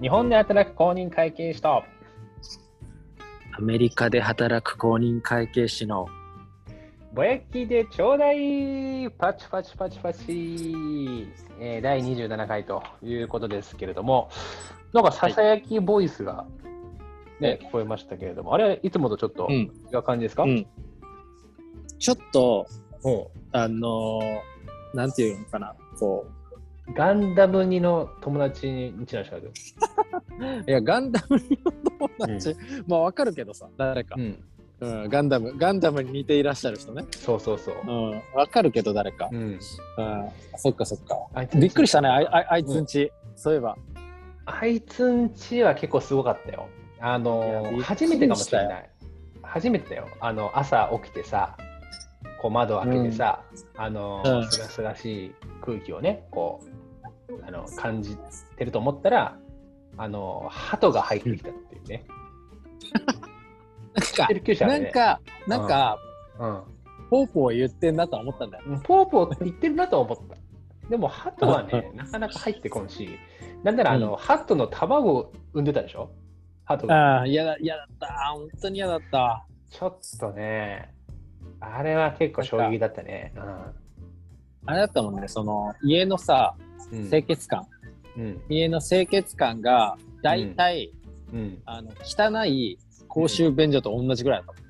日本で働く公認会計士とアメリカで働く公認会計士のぼやきでちょうだいパチパチパチパチ、えー、第27回ということですけれどもなんかささやきボイスが、ねはい聞こえましたけれどもあれはいつもとちょっとうん違う感じですか、うんちょっとおあのーなんていうのかなこガンダム2の友達にちなんしたんですういやガンダムにの友達、まあわかるけどさ誰かよ、、うん、うん、ガンダムガンダムに似ていらっしゃる人ねそうそうそう、うんわかるけど誰かう、ん、うん、そっかそっかあいつんちびっくりしたねあいあいあいつんち、そういえばあいつんちは結構すごかったよ。あのいやびっくり初めてかもしれしたない。初めてだよ。あの朝起きてさ、こう窓を開けてさ、あのうんすがすがしい空気をね、こうあの感じてると思ったら、あの鳩が入ってきたっていうね。なんか救急車なでんね。かなんか、うんポーポー言ってんなとは思ったんだよポーポーって言ってるなと思った。でも、ハトはね、なかなか入ってこんし、なんならあの、うハトの卵を産んでたでしょハトが。ああ、嫌だ、嫌だった。本当に嫌だった。ちょっとね、あれは結構衝撃だったね。あれだったもんね、その、家のさ、うん清潔感、うん家の清潔感が、だいたい、うん、あの、汚い公衆便所と同じぐらいだった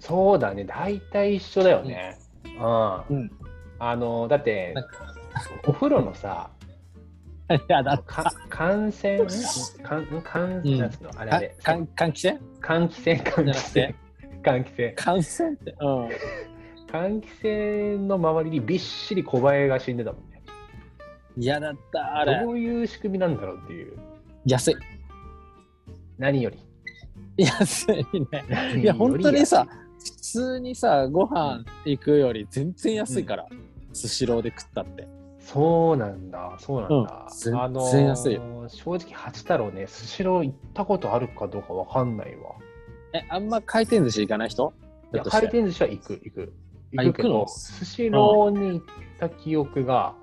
そうだね、大体一緒だよね。うんもん。うん。あのだってなん、お風呂のさ、嫌だっか感染、かん感うんなんつうの、あれた。あかれ、かん換気扇換気扇、換気扇、換気扇、換気扇って。うん。換気扇の周りにびっしり小林が死んでたもんね。嫌だった、あれど。ういう仕組みなんだろうっていう、安い。 何より。安いね。何よりいや、本当にさ、普通にさ、ご飯行くより全然安いから、スシローで食ったって。そうなんだ、そうなんだ。うん全あの全然安い正直、八太郎ね、スシロー行ったことあるかどうかわかんないわ。え、あんま回転寿司行かない人いや、ひょっとして回転寿司は行く、行く。あ行くけ行くどの、スシローに行った記憶が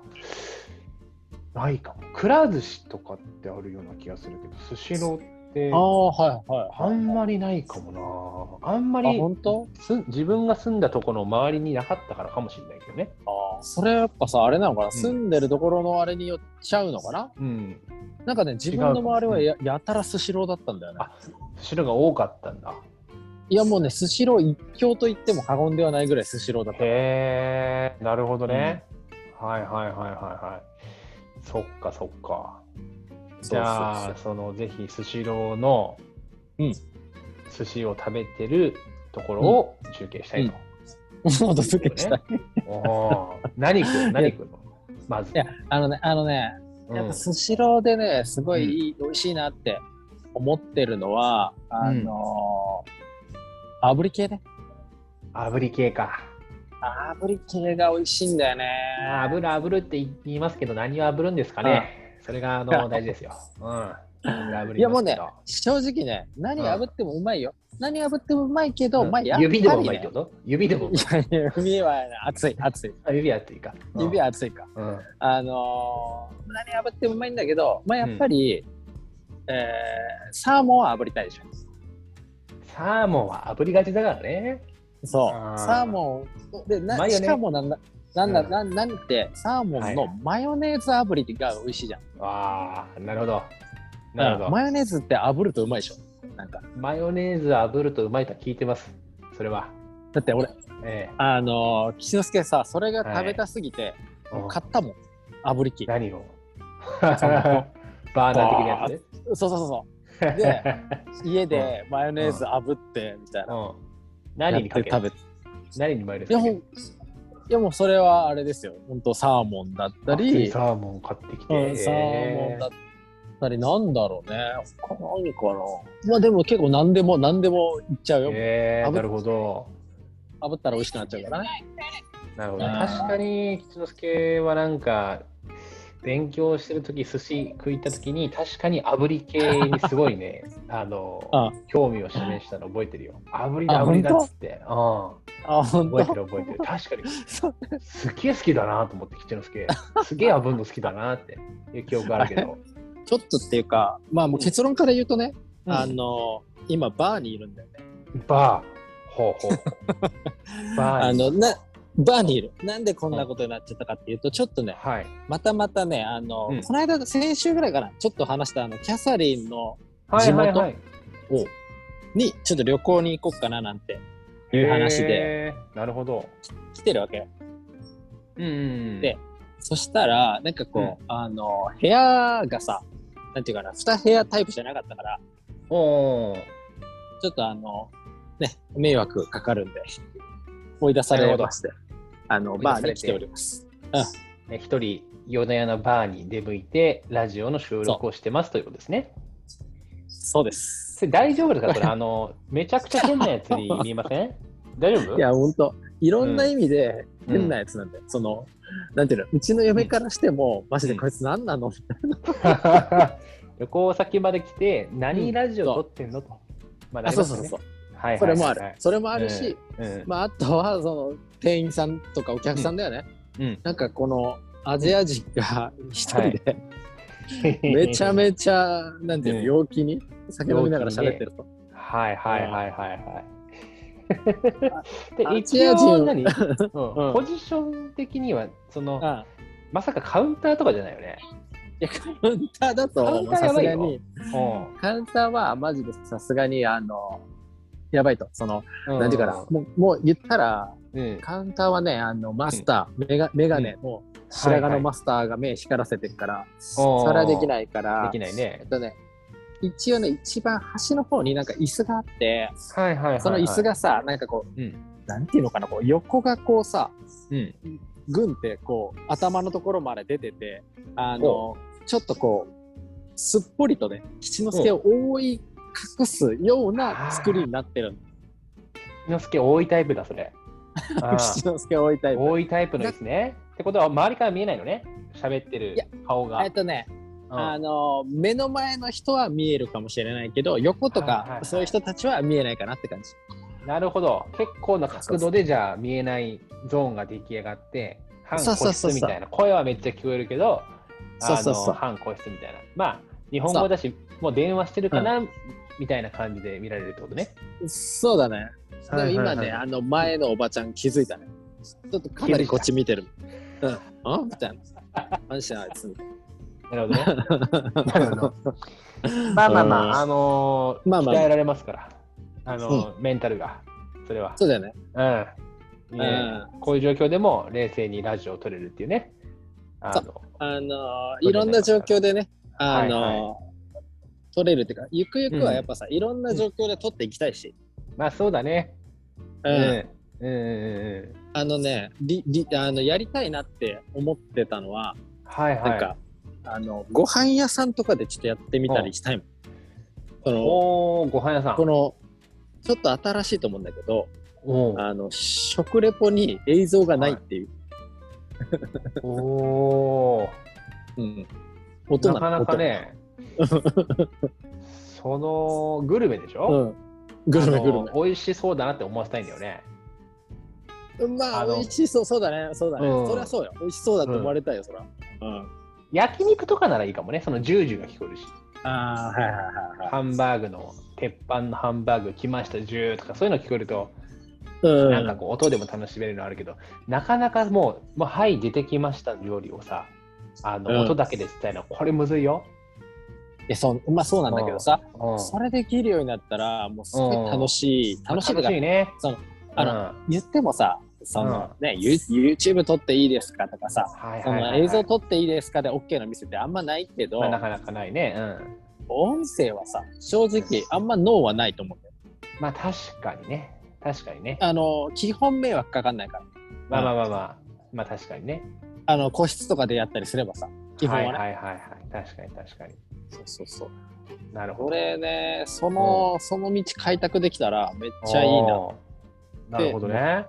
ないかも。くら寿司とかってあるような気がするけど、スシローってああ、はいはい。あんまりないかもな。あんまあ、り本当す自分が住んだところの周りになかったからかもしれないけどね。あーそれはやっぱさあれなのかな、住んでるところのあれによっちゃうのかなうん。なんかね自分の周りはややたらスシローだったんだよねあスシローが多かったんだ。いやもうねスシロー一強と言っても過言ではないぐらいスシローだったへえ、なるほどね。はいはいはいはいはい。そっかそっか。じゃあそそうそうのぜひスシローの、うん寿司を食べてるところを中継したいと。そうもうお届けしたい、おー何食う何食うのまず。いやあのねあのねうんやっぱスシローでねすごいいい、美味しいなって思ってるのはあのー炙り系ね炙り系か。炙り系が美味しいんだよねまあ炙る炙るって言いますけど何を炙るんですかね。それがあの大事ですよ。うん。炙りいやもうますけねど、正直ね、何うん炙ってもうまいよ。何炙ってもうまいけど、うんまあやっぱりね指でもうまいってこと指でもうまい。いやいや指はね熱い、熱い。あ指やっていいか。うん指は熱いか。うん。あのー何炙ってもうまいんだけど、まあやっぱり、えーサーモンは炙りたいでしょ。サーモンは炙りがちだからね。そうあー。サーモン、でなマヨネしかもなんだ、なんだ、うんなんなんて、サーモンのマヨネーズ炙りが美味しいじゃん。ああ、なるほど。なるほうど。んマヨネーズって炙るとうまいでしょ。なんか。マヨネーズ炙るとうまいとは聞いてます。それは。だって俺、えあのー、吉之助さ、それが食べたすぎて、えもう買ったもん。炙り器。何をそんなの バーナー的なやつねそうそうそうそう。で、 家でマヨネーズう炙ってみたいな。うん、何にかけやってる食べて。何にマヨネーいズやかほけんるいやもうそれはあれですよ。本当サーモンだったり、あサーモン買ってきて、うんサーモンだったり、なんだろうね。他何かな。まあでも結構何でも何でもいっちゃうよ。えー炙っなるほど炙ったら美味しくなっちゃうからね。なるほどうん確かに吉之助はなんか勉強してる時寿司食いた時に確かに炙り系にすごい ねあのあ興味を示したの覚えてるよ炙りあだ炙りだ本っ当つって、うあ、ん、本覚えて当る覚えて る確かにそう すっげえ好きだなと思って、吉之助。すげえ炙るの好きだなっていう記憶があるけど。ちょっとっていうか、まあもう結論から言うとね、うんあの、今バーにいるんだよね。バー。ほうほう。バーあに。の、な、バーにいる。なんでこんなことになっちゃったかっていうと、ちょっとね、はい。またまたね、あの、うんこの間、先週ぐらいかな、ちょっと話した、あの、キャサリンの、はいはいはい。に、ちょっと旅行に行こうかななんて、へいうー話で。なるほど。来てるわけよ。うんうん。でそしたら、なんかこう、あの、部屋がさ、なんていうかな、二部屋タイプじゃなかったから、おーちょっとあの、ね、迷惑かかるんで、追い出されまして、あの、追い出バされてーに来ております。ね一人、夜な夜なバーに出向いて、ラジオの収録をしてますということですね。そうです。それ大丈夫ですかこれ、あの、めちゃくちゃ変なやつに見えません大丈夫いや、ほんと、いろんな意味でうん変なやつなんだよ。その、なんていうの、うちの嫁からしても、マジでこいつ何なの、 旅行先まで来て、何ラジオ撮ってんのと。まあ、そうそうそうそう。はいはいはい。それもあるはい。それもあるし、うんまあ、あとは、その、店員さんとかお客さんだよね。うんなんかこの、アジア人が一人で、めちゃめちゃ、なんていうの、うん陽気に酒飲みながら喋ってると。はいはいはいはいはい。で、ア一ジア人応何、うんポジション的には、その、うんまさかカウンターとかじゃないよね。いや、カウンターだと、カウンターさやすばいがよに、うカウンターはマジでさすがに、あの、やばいと、その、ん。なんていうかな、もう、もう言ったら、うん。カウンターはね、あの、マスター、メガメガネ、もう、白髪はいはのいマスターが目光らせてるから、おーそれはできないから、できないねえっとね、一応ね、一番端の方になんか椅子があって、はいはいはいはい。その椅子がさ、なんかこう、うんなんていうのかな、こう横がこうさ、うん。グンってこう頭のところまで出ててあのおちょっとこうすっぽりとね吉之助を覆い隠すような作りになってるの一之助多いタイプだ、それ。あー吉之助を覆いたい多いタイプのですね。ってことは、周りから見えないのね。喋ってるいや顔が。えっとね、うんあの目の前の人は見えるかもしれないけど横とはいはいかはいそういう人たちは見えないかなって感じ、なるほど。結構な角度でじゃあ見えないゾーンが出来上がって、半そうそ個うそうそう室みたいな。声はめっちゃ聞こえるけど、あそうそうそうの半個室みたいな。まあ、日本語だし、もう電話してるかな、みたいな感じで見られるってことね。そうだねでも今ね、はいはいはいあの前のおばちゃん気づいたねちょっとかなりこっち見てるうんあみたいな何してないつみたいなるほどね。ななるほ ど。まあまあまあ、あのーまあまあ鍛えられますから、あのーメンタルが、それは。 そうだよねうん。いいねうこういう状況でも冷静にラジオを撮れるっていうね。あのあ取れのないいろんな状況でね、あのはい取れるっていうか、ゆくゆくうはんやっぱさ、いろんな状況で取っていきたいし、まあそうだね。ううんん。うんうんうんうん。あのねりりあの、やりたいなって思ってたのは、はいはい。なんか、あのご飯屋さんとかでちょっとやってみたりしたいもん。そのおお、ご飯屋さん。このちょっと新しいと思うんだけど、おーあの食レポに映像がないっていう、おうん、ー、音ななのかなか、ね、そのグルメでし音うょ、ん、グルメグルあの美味しそうだなって思わせたいんだよね。メ。まあ、あの美味しそう、そうだね、そうだね、うんそりゃそうよ、美味しそうだと思われたいよ、そりゃ。うん焼肉とかならいいかもね、そのジュージュが聞こえるし、ああ、はいはいはいはハンバーグの、鉄板のハンバーグ来ました、ジューとか、そういうの聞こえると、い。うなんかこう、音でも楽しめるのあるけど、なかなかもう、もうはい、出てきました料理をさ、あうんの音だけで伝えるの、これむずいよ。いやそう、まあそうなんだけどさ、うんそれできるようになったら、もうすごい楽しい、楽しいとか楽しいね。そのあの、うん言ってもさ、その、ね、ユ YouTube 撮っていいですかとかさ、はいそはいはいのはい映像撮っていいですかで OK の店ってあんまないけどまあ、なかなかないね。うん。音声はさ、正直あんま脳はないと思うんだよ。まあ確かにね。確かにね。あの、基本迷惑かかんないから。まあまあまあまあ。まあ確かにね。あの、個室とかでやったりすればさ、基本はね。はいはいはいはい。確かに確かに。そうそうそう。なるほこど。れね、その、その道開拓できたらめっちゃいいなとおー。なるほどね。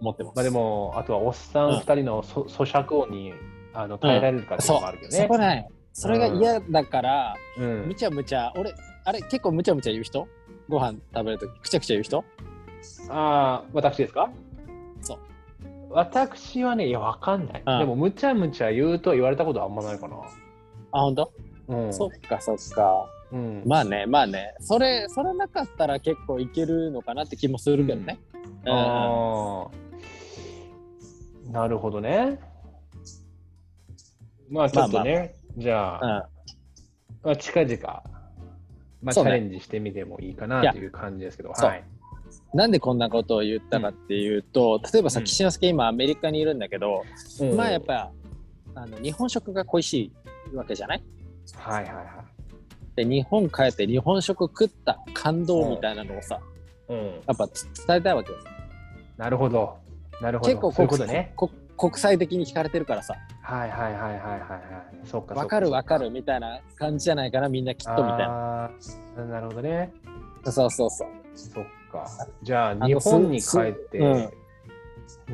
思ってます。まあでも、あとはおっさん二人のそ咀嚼音にあの耐えられるかっていうそのもあるけう、どそねこ。ない。それが嫌だから、うむん。ちゃむちゃ、俺、あれ、結構むちゃむちゃ言う人ご飯食べるとき、くちゃくちゃ言う人ああ、私ですかそう。私はね、いや、わかんない。うんでも、むちゃむちゃ言うとは言われたことはあんまないかな。あ、ほんとうんそっかそっか。うんまあね、まあね。それ、それなかったら結構いけるのかなって気もするけどね。うんあーなるほどね。まあちょっとね、じゃうあ、んまあ、近々、まあ、チそうャねレンジしてみてもいいかないやという感じですけど、そうはい。なんでこんなことを言ったかっていうと、例えばさ、うん岸之助今アメリカにいるんだけど、うんまあやっぱあの日本食が恋しいわけじゃないはいはいはい。で日本帰って日本食食った感動みたいなのをさ、うん、やっぱつ伝えたいわけですなるほど。なるほど。結構そういう国ことね。こ国際的に聞かれてるからさはいはいはいはいはいはい。そっかそっわかるわかるみたいな感じじゃないかなみんなきっとみたいなな。あーなるほどね。そうそうそうそっか。じゃあ、の日本に帰って、す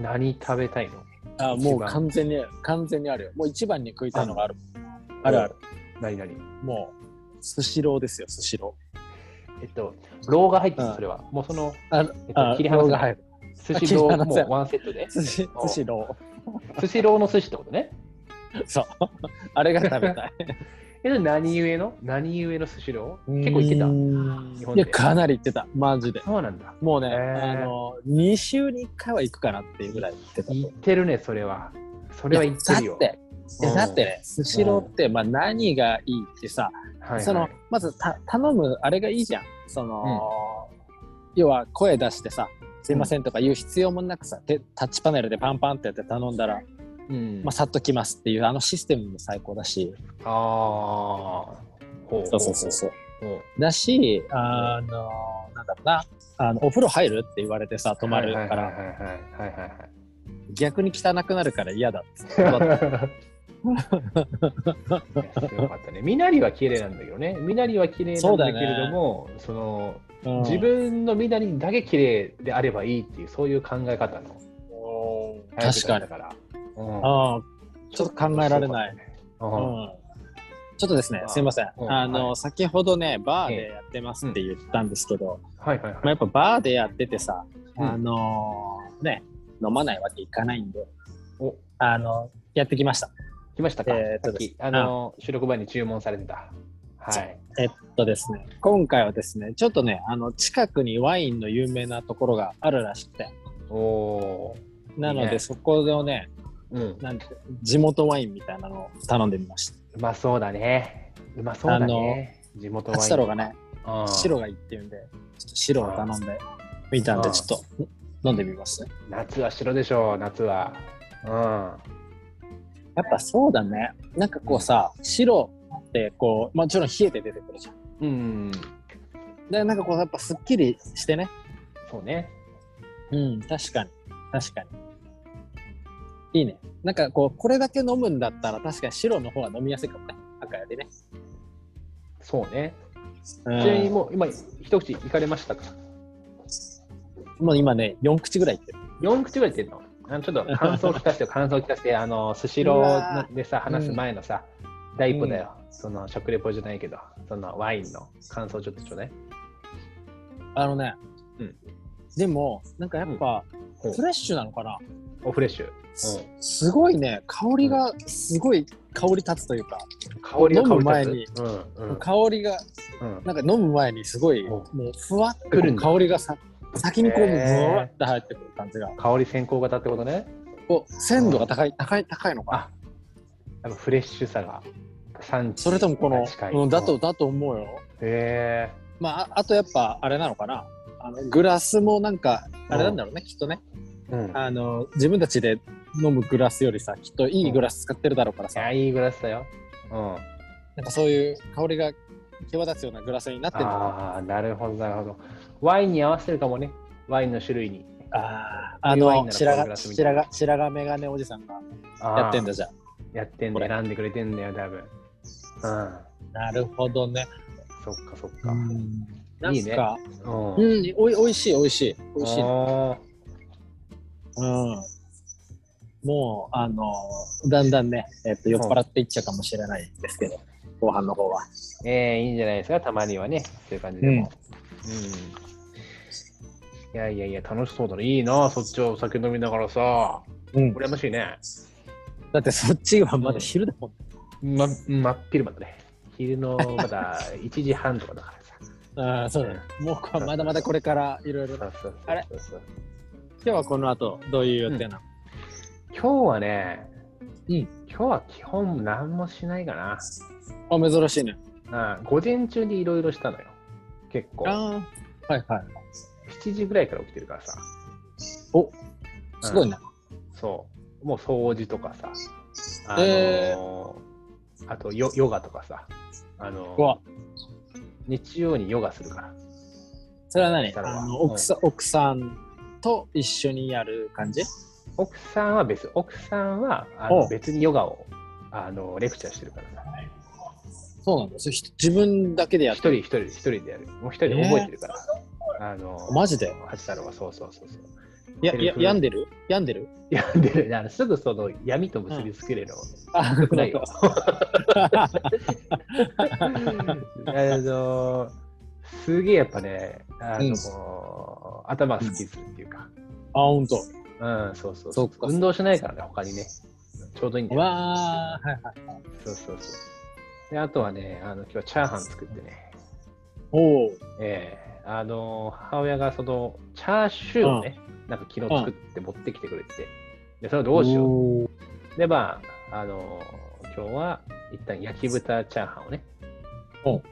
何食べたいのあ一番もう完全に完全にあるよもう一番に食いたいのがあるあるある。何何もうスシローですよスシロえっと、ローが入ってうる、んそれは。もうその、ーあえっあと、切り離ローせがな入いる。寿司ロー切り離せもないうワンセットで。寿司寿司ロー寿司ローの寿司ってことね。そう。あれが食べたい。え、何故の何故の寿司ロー結構行ってた。日た本いでや、かなり行ってた。マジで。そうなんだ。もうね、へーあの、2週に1回は行くかなっていうぐらい行ってた。行ってるね、それは。それは行ってるよ。いやだって、いやうんだってね、スシローって、まあ何がいいってさ、はいはいその、まずた頼むあれがいいじゃん。その、要は声出してさ、すいませんとか言う必要もなくさ、でタッチパネルでパンパンってやって頼んだら、うんまあ、さっと来ますっていうあのシステムも最高だし、ああ。ほうそうそうそうそう。ほう。だし、あの、なんだろうな、あのお風呂入るって言われてさ、泊まるから、はいはいはいはいはい逆に汚くなるから嫌だっつ ってはい断っはい。よかったね。身なりは綺麗なんだけどね。身なりは綺麗なんだけれども、そのたうん自分の身なりだけ綺麗であればいいっていうそういう考え方のタイプだったから。うんあーちょっと考えられない。ううんん。ちょっとですねまあ、すいません。うんあの、は先ほどね、バーでやってますって言ったんですけど、はいはいまはあ、やい。っぱバーでやっててさ、うんあのね、飲まないわけいかないんで、おあの、やってきました。来ましたか、えーっさとっですきあの収録前に注文されてた。はい。えっとですね、今回はですね、ちょっとね、あの、近くにワインの有名なところがあるらしくて、おおなのいいねでそこをね、ー。うん。なんて地元ワインみたいなのを頼んでみました。うまそうだね。うまそうだね。地元ワイン。八太郎がね、うん白がいいって言うんで、ちょっと白を頼んでみたんうで、んちょっと飲んでみますね。夏は白でしょう、夏は。うやっぱそうだね。なんかこうさ、白ってこう、まあもちろん冷えて出てくるじゃん。ん。うん。で、なんかこう、やっぱすっきりしてね。そうね。うん、確かに。確かに。いいね。なんかこう、これだけ飲むんだったら、確かに白の方は飲みやすいかもね。赤よりね。そうね。うんちなみにもう今、一口いかれましたかもう今ね、4口ぐらいいってる。 ?4 口ぐらいいってんのあのちょっと感想を聞かせて よ、感想を聞かせて、あの、スシロうわーでさ、話す前のさ、第一歩だよ。その、食レポじゃないけど、そのワインの感想ちょっとちょうだい。あのね、うんでも、なんかやっぱ、ほうフレッシュなのかな、おフレッシュ。すうすごいね、香りがすごい香り立つというか、ん、香りが飲む香前りに立つ。うんうん香りが、うん。なんか飲む前にすごい、ほもうふわっと来るんだ香りがさ、先にこう、へぶーわって入ってくる感じが、香り先行型ってことね。こう鮮度が高い、高い、高いのかな。あやっぱフレッシュさが産地それともこのが近い、うん、だと、だと思うよ。へえまあ、ああとやっぱ、あれなのかな。あのグラスもなんか、あれなんだろうね、きっとね。うん、あの、自分たちで飲むグラスよりさ、きっといいグラス使ってるだろうからいさ。やいいグラスだよ。うん、なんかそういう香りが際立つようなグラスになってるのかああなるほどなるほど。ワインに合わせるかもねワインの種類に。な。ああー、あワインなのらこういうグ白ラ髪スみたいな白髪白髪メガネおじさんがややってんだじゃん。やってんだこれ選んでくれてんだよ多分。うんなるほどね。そっかそっうか。ん。なんいいねかうんう。ん、おいおいしいおいしいおいしいね。あうん。もうあのだんだんね、えっと酔っ払っていっちゃうかもしれないですけど、後半の方は。ーええいいんじゃないですかたまにはねそういう感じでも。うん。いやいやいや楽しそうだねいいなそっちをお酒飲みながらさうん。羨ましいねだってそっちはまだ昼だもん。ま真っ昼間だね昼のま だ1時半とかだからさ。ああ、そうだね。もうこまだまだこれからいろいろ。そうそうそうそうあれ今日はこの後、どういう予定なの、今日はね、うん今日は基本何もしないかな。あ、珍しいね。あ午前中にいろいろしたのよ。結構。ああ、はいはい。 7時ぐらいから起きてるからさ。おすごいね。そう。もう掃除とかさ。あのーえあとヨヨガとかさ。あのうーわ、日曜にヨガするから。それは何だろうなあの奥さん奥さんと一緒にやる感じ奥さんは別。奥さんはあのお別にヨガをあのレクチャーしてるからさ。そうなんだ。それひ自分だけでやっ一て人る。一人で一人でやる。もう一人で覚えてるから。あのーマジで橋太郎はそうそうそうそう。やセルやフ病んでる病んでる いやであのすぐその闇と結びつけるの、あ、良くないよ。ああのすげえやっぱねあの、うんこう頭すっきりするっていうか、ほんと。うんそうそうそっか運動しないからね他にねちょうどいいんだうよわあ、はいはい。そうそうそうであとはねあの今日はチャーハン作ってねおお。ええあの母親がそのチャーシューをね、なんか昨日作って持ってきてくれてでそれをどうしようよう。で、まあ、あのー今日は一旦焼き豚チャーハンをね、うん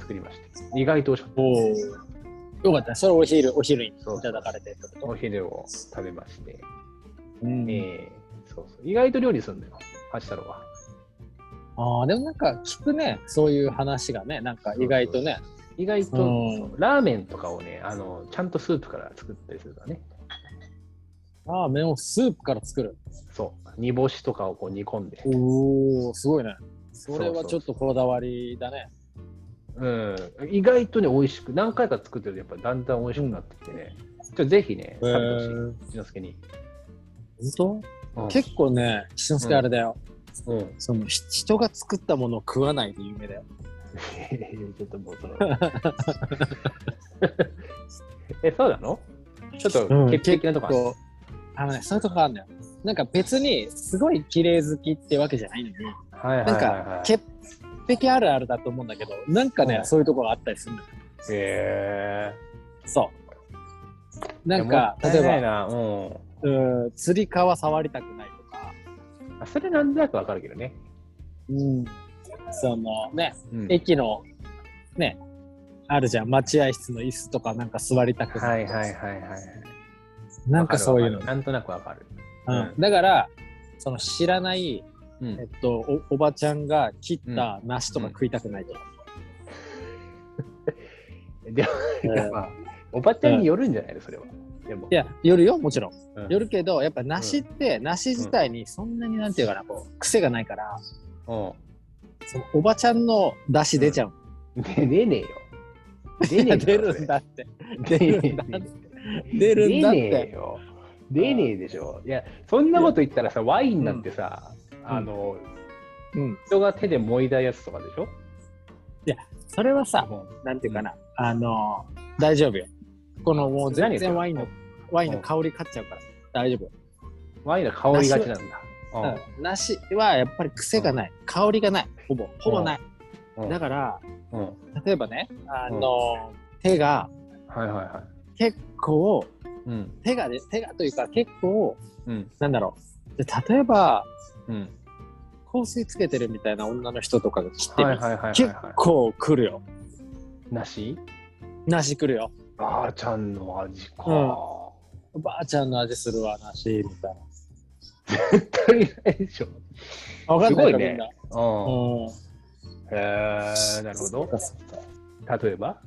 作りました。意外と美味しかっおお。よかったね。それお昼、お昼にいそうただかれてってた。こお昼を食べまして、と。うんえーそうそう。意外と料理するんだよ、橋太郎は。ああ、でもなんか聞くね。そういう話がね。なんか意外とね。意外と、うんそうラーメンとかをねあの、ちゃんとスープから作ったりするからね。ラーメンをスープから作る。そう。煮干しとかをこう煮込んで。おお、すごいね。それはちょっそとこだわりだね。うん。意外とね、美味しく、何回か作ってると、やっぱりだんだん美味しくなってきてね。ちょぜひね、食べてほしい。ー一之輔に。本うん当結構ね、しのすけあれだよ。うんそのひ人が作ったものを食わないで有名だよ。 ちょっともうその。 え、そうなのちょっとうん潔癖なとこある、こうあのね、そういうとこあるんだよ。なんか別にすごい綺麗好きってわけじゃないのに、はいはいはい、はい。潔癖あるあるだと思うんだけど、なんかね、うんそういうとこがあったりするのよ。へそーう。ないやんか、もった例いなえいば、な。ううん、釣り革触りたくないとか、ん。あそれなんとなくわかるけどね。うん、そのね、うん駅の、ね、あるじゃん、待合室の椅子とかなんか座りたくはないいとか、はいはいはい。なんかそういうのわ。かるわかるなんとなくわかる。うんだからその知らない、うえっん。と、おおばちゃんが切った梨とか食いたくないとか、 でも、うんやっぱ、おばちゃんによるんじゃないのそれは。でもい、やよるよもちろんうんよるけどやっぱ梨って、梨自体にそんなになんていうかなこう癖がないからうそのおばちゃんの出汁出ちゃう、ん。で、出ねえよ。出いねやえ 出だろるんだ。ってそれ出るんだって出るんだって出ねえよ。出ねえでしょ。いや、そんなこと言ったらさ、ワインなんてさ、あの、うん人が手で燃いだやつとかでしょそれはさもなんていうかな、あの大丈夫よこのもう全何然がワインのワインの香り勝っちゃうから大丈夫ワインの香りがちなんだ。うん梨はやっぱり癖がない、香りがないほぼほぼない、うん。だからうん。うん例えばねあの、手がはいはいは結構い。うん。手がね手がというか結構うん。なんだろうで例えばうん。香水つけてるみたいな女の人とかが切ってはいる、はいはいはい結は構来るよい。なし梨来るよばあちゃんの味か。うんおばあちゃんの味するわ梨みたい絶対ないでしょ。な分かんないすごいかねみんな、うん。うん、へえ、なるほど。例えば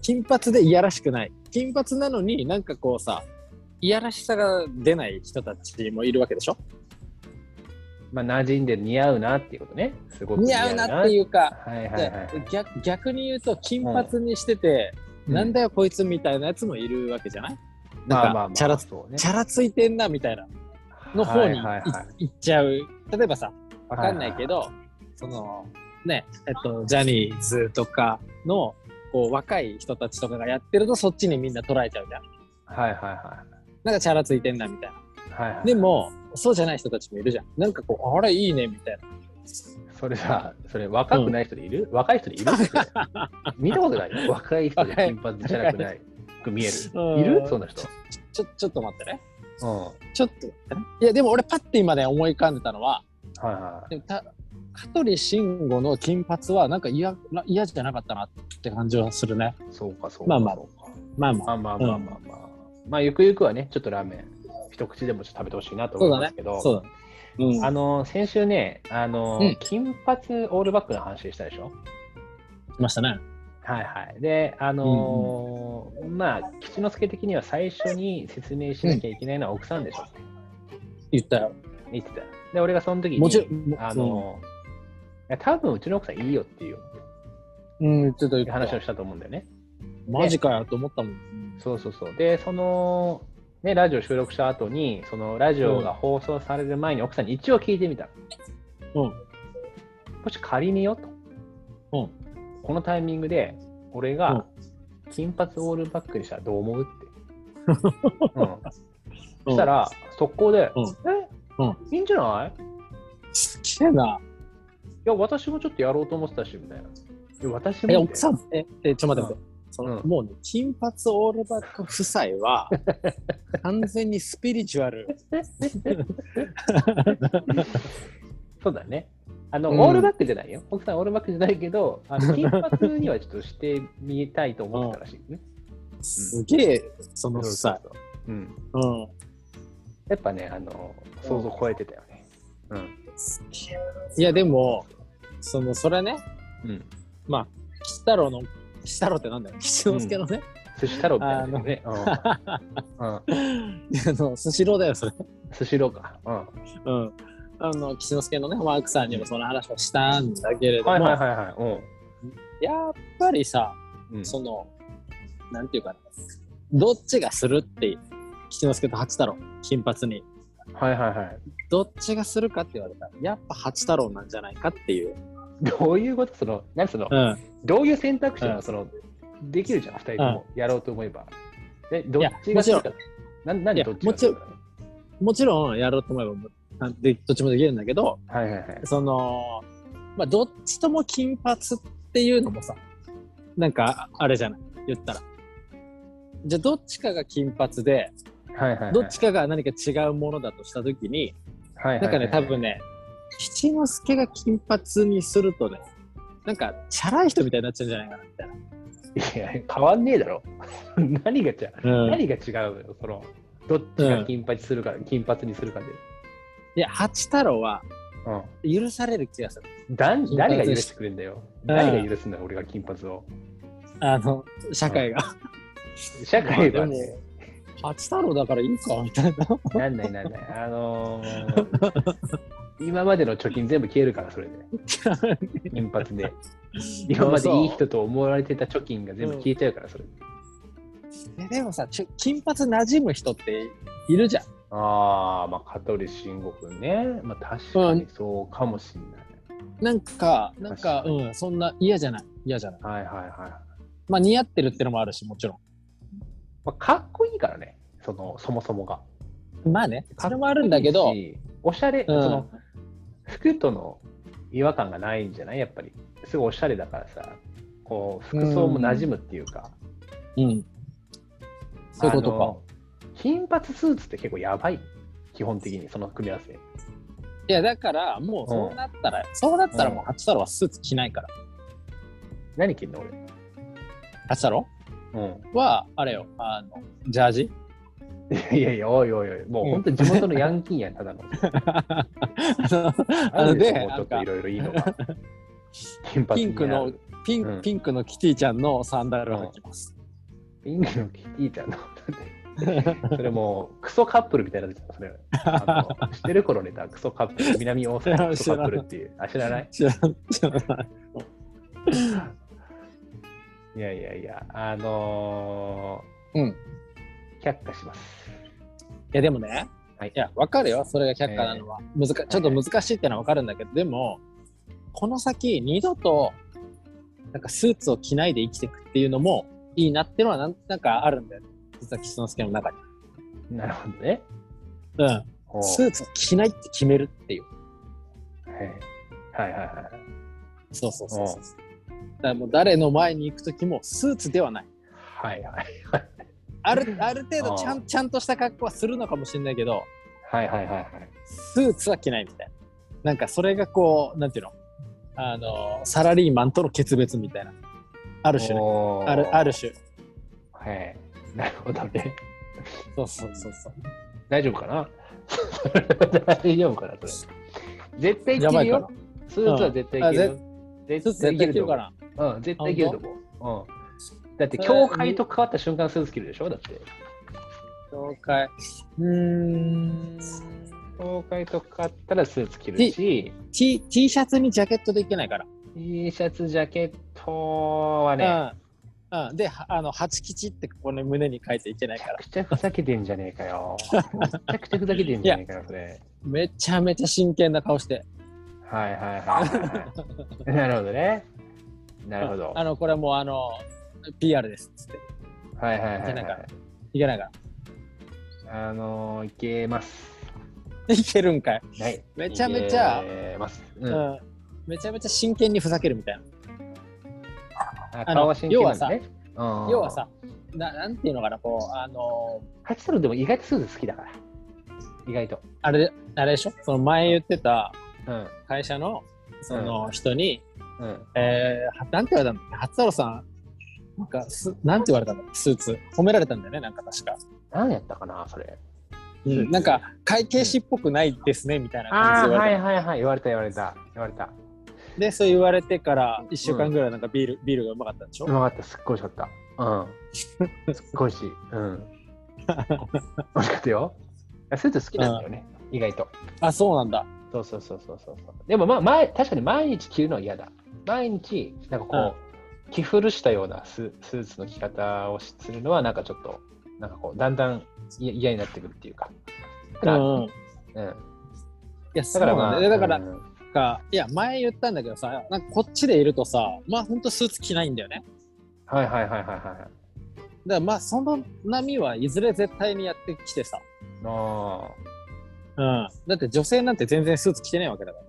金髪でいやらしくない金髪なのになんかこうさいやらしさが出ない人たちもいるわけでしょまあ、馴染んで似合うなっていうことね。すごく。似合うなっていううかはいはいではい。逆逆に言うと金髪にしてて、なんだよこいつみたいなやつもいるわけじゃない、なんかチャラつそうねチャラついてんなみたいなの方にい,、はいはいはいっちゃう例えばさわかんないけど、そのねえっとジャニーズとかのこう若い人たちとかがやってるとそっちにみんな捉えちゃうじゃんはいはなんかチャラついてんなみたいないはい。はいはい、でもそうじゃない人たちもいるじゃんなんかこうあれいいねみたいなそれさ、それ若くない人でいる、若い人でい るそれ見たことない若い人で金髪じゃなくない。く見えうんる。いるそんな人。ちょ、ちょっと待ってね。うん。はちょっと待ってね。いや、でも俺パッて今ね、思い浮かんでたのは、いはでもた香取慎吾の金髪はなんか嫌な嫌じゃなかったなって感じはするね。い。そうかそうか。まあまあまあままあ。あまあまあまあまあ。まあゆくゆくはね、ちょっとラーメン、一口でもちょっと食べてほしいなとそ思ういだますねけど、。そうだね。うんあの先週ね、あの、うん金髪オールバックの話でしたでしょ。来ましたね。はいはい。で、あのーまあ、吉之助的には最初に説明しなきゃいけないのは奥さんでしょって言ったよ。言ってた。で、俺がその時に、もちろん、あのーいや多分うちの奥さんいいよっていううん、うん、ちょっと言った話をしたと思うんだよね。マジかよと思ったもん。そうそうそう。で、その、ね、ラジオ収録した後に、そのラジオが放送される前に奥さんに一応聞いてみた。うん。もし仮によと。うんこのタイミングで、俺うがん金髪オールバックにしたらどう思う って。うん、そしたうん、ら、速攻で、うんえ、うんいいんじゃないすげえな。いや、私もちょっとやろうと思ってたし、みたいな。いや私もえ、奥さん、え、えちょっと待って待って。そのうんもうね、金髪オールバック夫妻 は完全にスピリチュアル。そうだね。あの、うんオールバックじゃないよ。奥さんオールバックじゃないけど、あ の金髪にはちょっとしてみたいと思ってたらしいね。すげえ、その夫妻。そうそううん。うん。やっぱね、あの、想像を超えてたよね。うん。いや、でも、その、それね、うん。まあ、吉太郎の、吉太郎ってなんだよ、吉之助のね、寿司太郎みたいなね。うん。うんあの、スシローだよ、それ。寿司郎か。うん。はうん。あの、吉之助のね、ワークさんにもその話をしたんだけれいども、はいはいはい。やっぱりさ、うん。うん、その、なんていうか、ね、どっちがするって、吉之助と八太郎、金髪に、はいはいはい。どっちがするかって言われたら、やっぱ八太郎なんじゃないかっていう。どういうことその、何その、うん。どういう選択肢なうのんその、できるじゃん、二人とも。やろうと思えば。え、どっちいやもがちろん好きか。な何いやどっちが好きかもちろん、やろうと思えばもう、あでどっちもできるんだけど、はいはいはい。その、まあ、どっちとも金髪っていうのもさ、なんか、あれじゃない、言ったら。じゃあ、どっちかが金髪で、はいはいはい。どっちかが何か違うものだとしたときに、はいはいなんはいかね、多分ね、七之助が金髪にするとね、なんか、チャラい人みたいになっちゃうんじゃないかな、みたいいや、変わんねえだろ。 何が違う、な。うん。い何が違うのよ、その、どっちが金髪するか、金髪にするかで。や、八太郎はう許される気がする。ん。だん金髪誰が許してくれんだよ。ん誰が許すんだよ、俺が金髪を。あの、社会が。社会は、まあね、八太郎だからいいか、みたいな。 なんないなんない。あのー、今までの貯金全部消えるから、それで。金髪 で。今までいい人と思われてた貯金が全部消えちゃうから、それで。えでもさちょ金髪馴染む人っているじゃんああ、まあ、香取慎吾君ね。まあ、確かにそうかもしんない。なんかなんか確かうんそんな嫌じゃない嫌じゃないはいはいはい。まあ似合ってるってのもあるしもちろまあ、かっこいいからね、そのそもそもが。んまあねそれもあるんだけかっどこいいしおしゃれ、うんその服との違和感がないんじゃないやっぱり。すごいおしゃれだからさ、こう服装も馴染むっていうか。うんそういうことあかの金髪スーツって結構やばい、基本的にその組み合わせ。いやだからもうそうなったら、そうなったらもう八太郎はスーツ着ないから何着んの八太郎俺。はあれよあのジャージ うん、いやいや、おいおいおい、もう本当に地元のヤンキーやん、ただ の。あのあるでしょでもうちょっとなんいかろいろいい のが。金髪ピンにクなのるピン,、うんピンクのキティちゃんのサンダルを履きます、ピンクのキティちゃんの。 それもうクソカップルみたいなやつだそれあの知ってる頃ネタクソカップル南大阪のクソカップルっていうあ知らない 知らん知らないいやいやいやあのうんー、却下しますいやでもね、はいい、やわかるよそれが却下なのは、難かちょっと難しいってのはわかるんだけど、でもこの先二度となんかスーツを着ないで生きていくっていうのもいいなっていうのはなんなんかあるんだよね実は吉之助の中に、なるほどねうん、ほうスーツを着ないって決めるっていうはいはいはいはい。そうそうそうそう。だからもう誰の前に行く時もスーツではない。はいはい。あるある程度ちゃうんちゃんとした格好はするのかもしれないけど、はいはいはいはい。スーツは着ないみたいな。なんかそれがこう、なんていうのあの、サラリーマンとの決別みたいな。あある種ね。ある、ある種。はい。なるほどね。そうそうそうそう。大丈夫かな 大丈夫かなそれ。絶対いやばけるいかなよ。。スーツは絶対いけるよ。スーツ絶対着るなから。うん、絶対いけると思う。うん。だって、それ教会と変わった瞬間、スーツ着るでしょだって。了解。うーん。教会と変わったらスーツ着るし、 T, T シャツにジャケットでいけないから。 T シャツ、ジャケットはね、うん。うん、で、はあの、八吉ってここの胸に書いていけないめちかゃら。くちゃふざけてんじゃねえか よ。めちゃくちゃふざけてんじゃねえかよ、それ。めちゃめちゃ真剣な顔して。はいはいはい はい。なるほどね。なるほど。あの、これもうあの、PR です。つって。はいはいはい、じゃは。あないいけないから。あのー、いけます。いけるんかい。はい。めちゃめちゃいけます。う。うんん。めちゃめちゃ真剣にふざけるみたいな。ああの顔は真剣なんですね。うん要は、さ、ななんていうのかな、こう、あの、ハチ太郎でも意外とスーツ好きだから。意外と。あれ、あれでしょその前言ってたうん。会社の、その人に、うん。えー、はなんて言われたんだっけ初太郎さん、なんかす、なんて言われたんだっけスーツ。褒められたんだよね、なんか確か。何やったかな、それ。うスーん、ツなんか、会計士っぽくないですね、みたいな感あじあ、はで言われたいはいはい。言われた言われた。言われた。の。で、そう言われてから、1週間ぐらいなんかビール、ビールがうまかったんでしょ、うまかった。すっごい美味しかった。 うん。すっごい美味しい。うん。美味しかったよ。スーツ好きなんだよね。意外と。あ、そうなんだ。そうそうそうそうそうそう。でもまあ前確かに毎日着るのは嫌だ。毎日なんかこう、着古したようなススーツの着方をしするのはなんかちょっとなんかこうだんだんい嫌になってくるっていうか。だうから、んうん。いうんや、だそうからなんまだあよ。だから、うんか、いや、前言ったんだけどさ、なんかこっちでいるとさ、まあ、ほんとスーツ着ないんだよね。はいはいはいはいはい。だから、まあ、その波はいずれ絶対にやってきてさ。あうん。だって女性なんて全然スーツ着てないわけだから。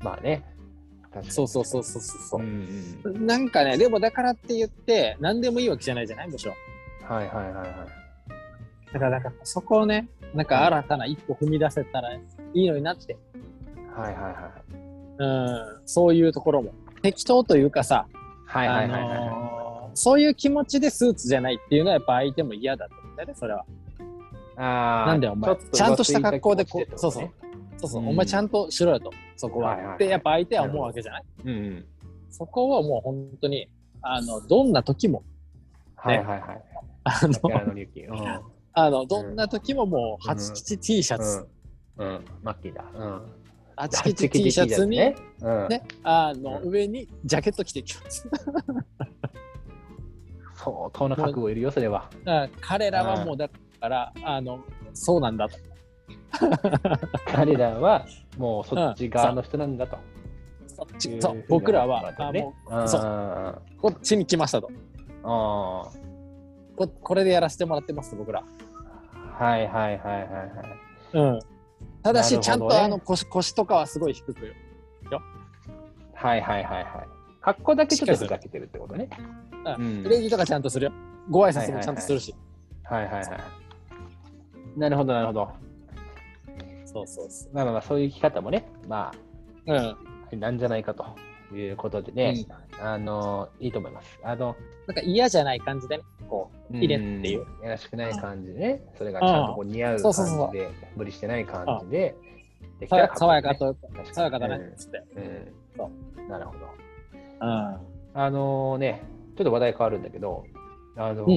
ーまあね。確かにそうそうそうそうそうそう。うんうんうんなんかね、でもだからって言って、何でもいいわけじゃないじゃないむしろ。はいはいはいはい。だから、だからそこをね、なんか新たな一歩踏み出せたらいいのになって、はいはいはい。うん、そういうところも。適当というかさ、はいはあいはいはいはい。のーそういう気持ちでスーツじゃないっていうのはやっぱ相手も嫌だと思うんだよね、それは。あーなんだよお前ょっとちゃんとした格好でこ浮う、ついた気持ちそうってことそねう、そうそう、うんお前ちゃんとしろよと、そこは。はいはいはいってやっぱ相手は思うわけじゃないうんうん。そこはもう本当に、あの、どんな時も、はいはいはい。あの、矢野力。うんあのどんな時ももう、うん八吉 T シャツ、うん、うん、マッキーだ。うん。八吉 T シャツに、ね。うん。ね、あの、うん上にジャケット着てきます。 相当な覚悟いるよ、それは。あ彼らはもうだから、あの、そうなんだと。彼らは、もうそっち側の人なんだと。そっちそう僕らは、あもあそうあうこっちに来ましたとあこ。これでやらせてもらってますと、僕ら。ー。はいはいはいはいはい。うん。ただし、なるちゃんほどねとあの腰腰とかはすごい低く。はいはいはいはい。格好だけちょっとふざけてるってことね。ううん礼儀とかちゃんとするよ。ご挨拶もちゃんとするし。はいはいはい。なるほどなるほど。そうそうそまあまあまあ、そういう生き方もね、まう。うん。あ、なんじゃないかということでうねん、あの、いいと思います。あの、なんか嫌じゃない感じでね、こう、入れっていう。んやらしくない感じでね、それがちゃんとこう似合うそうそうそう感じで、無理してない感じで、できたさらわかっ爽こいいやかと、ね爽やかだね、確つって。かにうんそうんなるほど。うん。あのね、ちょっと話題変わるんだけど、あのう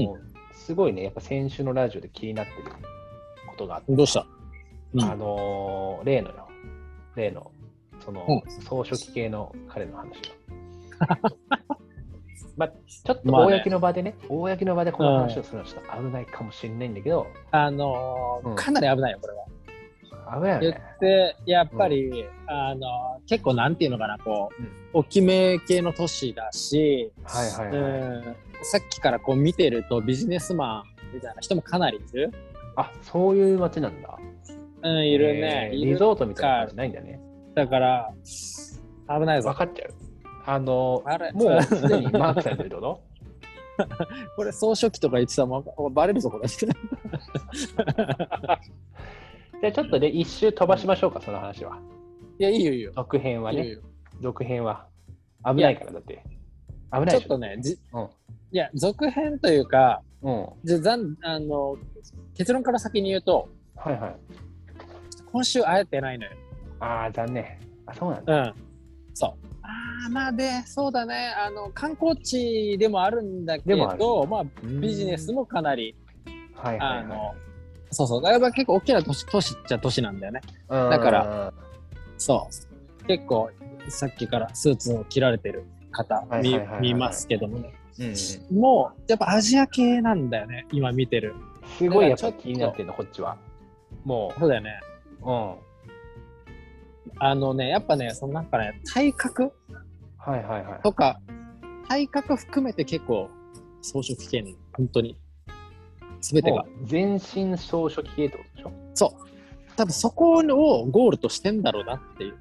すごいね、やっぱ先週のラジオで気になってることがあって、どうしたうんあの例のよ、例の、その、う装飾系の彼の話が。 まあ、ちょっとまあね公の場でね、公の場でこの話をするのはちょっと危ないかもしれないんだけど、あのーうんかなり危ないよ、これは。危ないよ言ね。って、やっぱり、あのー結構なんていうのかな、こう、うん大きめ系の都市だし、はいはいはい。うんさっきからこう見てるとビジネスマンみたいな人もかなりいる。あそういう街なんだ。うん、いるね。えーいリるゾートみたいな感じないんだね。だから、危ない分ぞ。かっちゃう。あ の、あれもうすでにマークされてるってことこれ総書記とか言ってたらもうバレるぞこ れ。じゃあちょっとで一周飛ばしましょうか、その話は。いやいいよいいよ。続編はいいよいいね。よ続編は。危ないから、だって。危なちいょっでしとょ。ねじ、うんいや続編というかうん。じゃざんあの結論から先に言うとはいはい。今週会えてないのよ。ああ、残念。あ、そうなんだ。うん。そう。ああまあでそうだねあの観光地でもあるんだけでもあどまあビビジネス。もかなりはいはあいの、はそうそうだから結構大きな都市都市っちゃ都市なんだよね。い。だからら、そう結構さっきからスーツを着られてる方いはい見はいはい見ますけどもねうんうんすもうやっぱアジア系なんだよね今見てるごいやっちょぱっと気になってんの、こっちは。もそうだよねう、うん。はあのねやっぱねそのなんかね体格いはいはい。とか体格含めて結構装飾系に本当に全てもがう全身装飾系ってことでしょそう多分そこをゴールとしてんだろうなっていう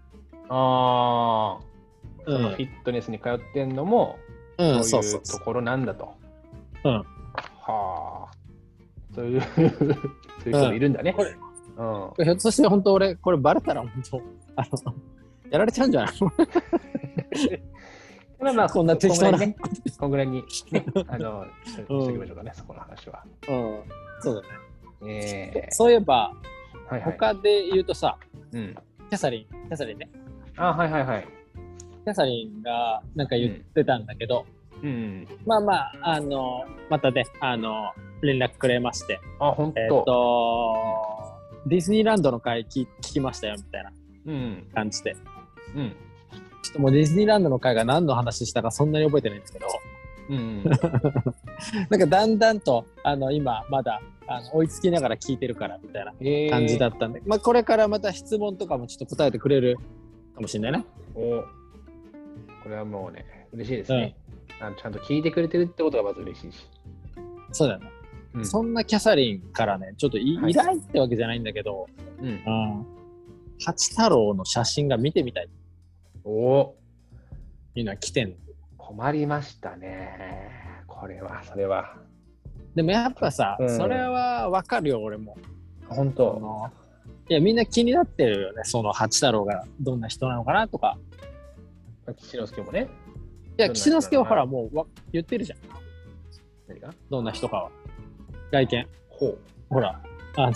ああ、うそのフィん、ットネスに通ってんのも、うそん、そうういそううとそうころなんだと。うんはあ。そういう、 そういう人もいるんだね。これうん。ひょっとして本当俺これバレたら本当あのやられちゃうんじゃないまあまあ、こんな適当なこんぐらいね、こんぐらいに、 ね、あの、ししてうんおきましょうかね、そこの話は。うんそうだねええそういえば、 はいはい。他で言うとさ、うん。キャサリン、キャサリンね、あ、はいはいはい。キャサリンがなんか言ってたんだけど、うん。まあまあ、あの、またね、あの、連絡くれまして、あ、本当。えっ、と、ディズニーランドの会聞聞きましたよみたいなうん。感じで、うん。ちょっともうディズニーランドの会が何の話したかそんなに覚えてないんですけど、うん。 なんかだんだんと、あの、今まだあの追いつきながら聞いてるからみたいなええ感じだ。ったんで、まあこれからまた質問とかもちょっと答えてくれるかもしれないね。おこれはもうね、嬉しいですね、あの。ちゃんと聞いてくれてるってことがまず嬉しいし。そうだよね。うん。そんなキャサリンからね、ちょっといはい依頼ってわけじゃないんだけど、うんう、ん、八太郎の写真が見てみたいっおていうのは来てんの困りましたね。これは、それは。でもやっぱさ、うんそれはわかるよ、俺も。本あのいや、みんな気になってるよね、その八太郎がどんな人なのかなとか。吉之助もね。いどんな人なのかや、な岸之助はほら、もうわ言ってるじゃん、何がどんな人かは。外見、ほう。ほら、あの、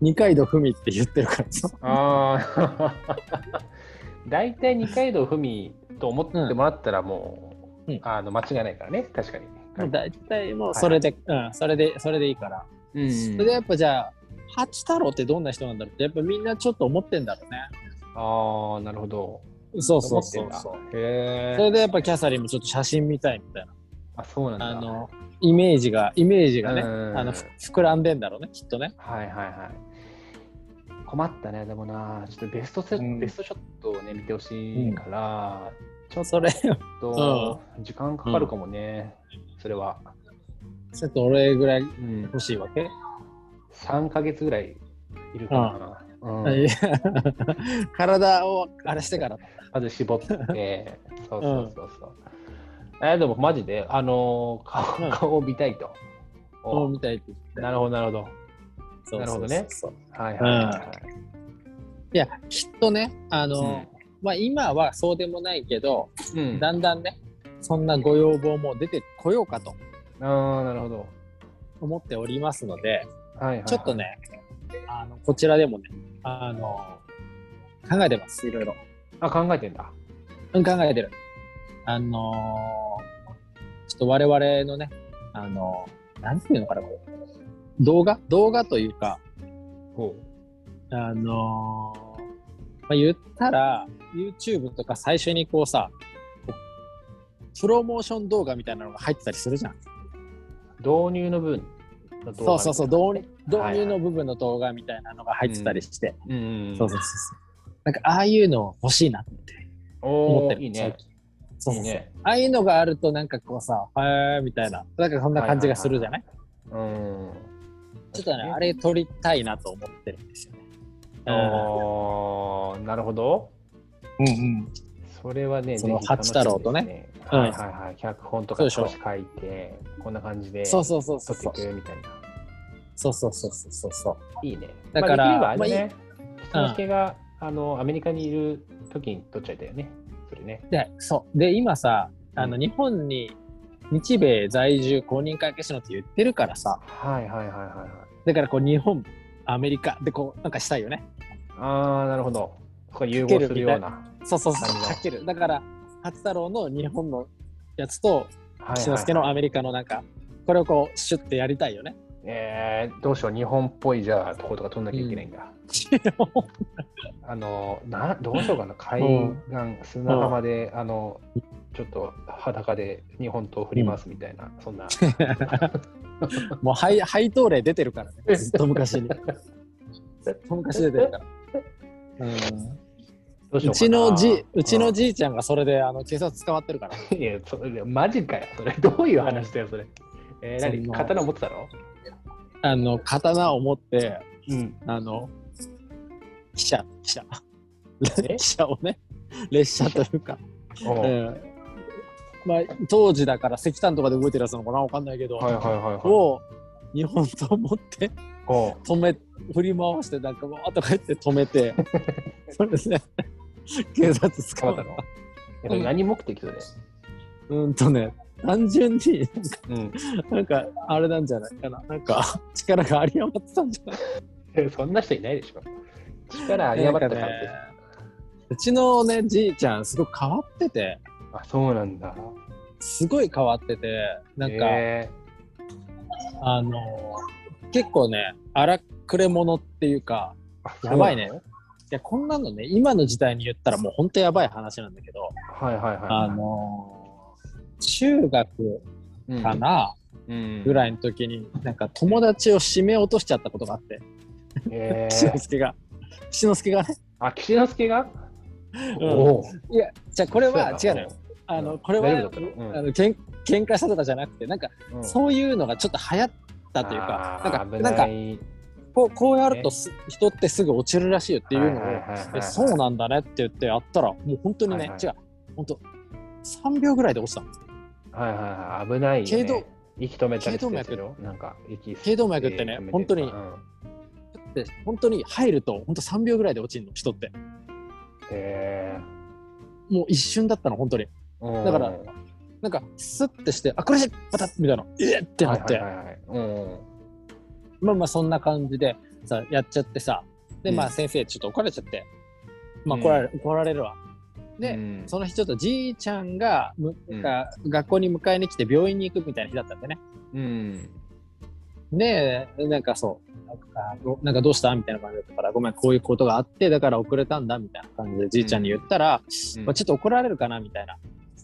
二階堂ふみって言ってるからさ。ああ 大体二階堂ふみと思ってもらったらもう、うんあの間違いないからね確かに。もう大体もうそれで、うん、それで、それでいいから。うんそれでやっぱじゃあ八太郎ってどんな人なんだろうってやっぱみんなちょっと思ってんだろうねああなるほど。そう思そっうてそんうだそうへそえ。れでやっぱキャサリンもちょっと写真見たいみたいあそうなんだ。なあのイメージがイメージがねうんあのふ膨らんでんだろうねきっとねはいはいはい。困ったねでもなちょっとベストセ、うんベストショットをね見てほしいから、ちょそれちちょょっと時間かかるかもね、それは。っと俺ぐらいうん、欲しいわけ、 3か月ぐらいいるかな。うんいや 体をあれしてからまず絞 って、そうそうそうそう。えーでもマジで、あのーうん顔顔を見たいと。こおう見たいって言ってなるほど、なるほど。そうなるほどねそうそうはいはいはいはい。いやきっとねあの、まあ今はそうでもないけどうん。うん、だんだんねそんなご要望も出てこようかとああ、なるほど。思っておりますので、はいはい、はい。ちょっと。ね、あのこちらでもね、あの考えてます、いろいろ。あ、考えてんだ。うん、考えてる。あのーちょっと我々のね、あのーなんていうのかな、これ動画動画というか、ほあのーまあ、言ったら、YouTube とか最初にこうさ、こうプロモーション動画みたいなのが入ってたりするじゃん。う。導入の分の動そ画うそうそう、み導たいはいは入い導入の部分の動画みたいなのが入ってたりして、なね。うん、うん。そうそうそうそう。なんか、ああいうの欲しいなって思おっおてー、る。いいね最。近そういそいうそう。ね。ああいうのがあると、なんかこうさ、へーみたいな、なんかそんな感じがするじゃない,、うん。ちょっとね、あれ撮りたいなと思ってるんですよね。 ああ、なるほど。うんうん。それはね、そのぜひ楽しみです八太郎とね。うんはいはいはい。脚本とかそうでし少ょし書いて、こんな感じでそ撮うそうそうそうってそ。いうくみたいな。そうそうそうそうそうそう。いいね。だからまあ、できればあれね、まあい人い助けが、あのアメリカにいる時に撮っちゃいたよね。それね。で、そう。で、今さ、あの、うん日本に、日米在住公認会計士のって言ってるからさ、はいはいはいはいはい。だからこう、日本、アメリカでこう、なんかしたいよね。ああ、なるほど。そこに融合するような。そうそうそう、なるほどかける。だから、八太郎の日本のやつと、はい志の輔のアメリカのなんか、これをこう、シュッてやりたいよね。えー、どうしよう、日本っぽいじゃあ、とことか撮んなきゃいけないんだ。あのなどうしようかな、海岸、砂浜で、あのちょっと裸で日本刀振りますみたいな、そんな。もう配、配当例出てるか らね。ずっと昔に。ずっと昔出てるから。うんどしうよかちなのじ、うちの、じいちゃんがそれで、あの、警察捕まってるから。うんいやそれマジかよ、それ、 どういう話だよ、それ。えー、何そんな刀持ってたのあの、刀を持って、うん。あの、汽車、汽車、え汽車をね、列車と いうか、おうえーまあ、当時だから石炭とかで動いてるやつなのかなわかんないけど、はいはいはいはい。を日本刀持っておう止め、振り回して、なんかわーっとか言って止 めて、それで、警捕ま察捕っまたっのた。えそれ何目的それ、うんとね、単純に、うんなんか、あれなんじゃないかな。なんか、力が有り余ってたんじゃないえ、そんな人いないでしょ。力有り余った感じ、なんかねうちのね、じいちゃん、すごく変わってて、あ、そうなんだ。すごい変わってて、なんか、えあの結構ね、荒くれ者っていうか、ーあやばいねそういや、こんなのね、今の時代に言ったらもう本当やばい話なんだけど、なのはいはいはい。あの中学うんかなうんぐらいの時に、なんか友達を締め落としちゃったことがあって、え岸之 ー、助が。岸之助がね。あ、岸之助が、うんおお。いや、じゃあこれはそ違やうなのよ。あうんの、これは、大丈夫だったのうんあのけん喧嘩したとかじゃなくて、なんか、うんそういうのがちょっと流行ったというか、あーなんか、危なんか、いこうこうやるとす、人ってすぐ落ちるらしいよっていうのはを、いはいはいはいえそうなんだねって言ってやったらもう本当にね、はいはい違う本当3秒ぐらいで落ちたのはいはいはい、危ないよ、ね。頸動息止めたりして頸動やつ脈でしょなんか、息吸頸動脈ってね止める本当にうんで本当に入ると本当3秒ぐらいで落ちるの人ってへもう一瞬だったの本当にーうんだからなんかスッてしてあこれじゃバタッみたいなえっってなって、はいはいはいはいうんまあまあそんな感じでさやっちゃってさでうんまあ先生ちょっと怒られちゃってまあうん怒られ,、怒られるわうで、んその日ちょっとじいちゃんがむうんが学校に迎えに来て病院に行くみたいな日だったんでねうん。で、なんかそう、なんかごなんかどうしたみたいな感じだったから、ごめん、こういうことがあって、だから遅れたんだみたいな感じでじいちゃんに言ったら、まあ、ちょっと怒られるかなみたいな、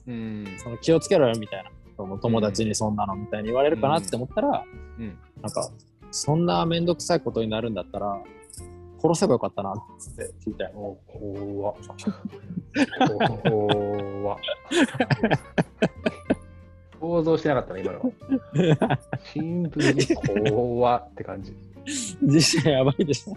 うん。その気をつけろよみたいな、その友達にそんなのみたいに言われるかなって思ったら、うんなんか、そんな面倒くさいことになるんだったら、殺せばよかったなっつってじいちゃんにお怖っ。怖っ。想像してなかったね、今のは。 シンプルに怖って感じ。 じいちゃんやばいでしょ。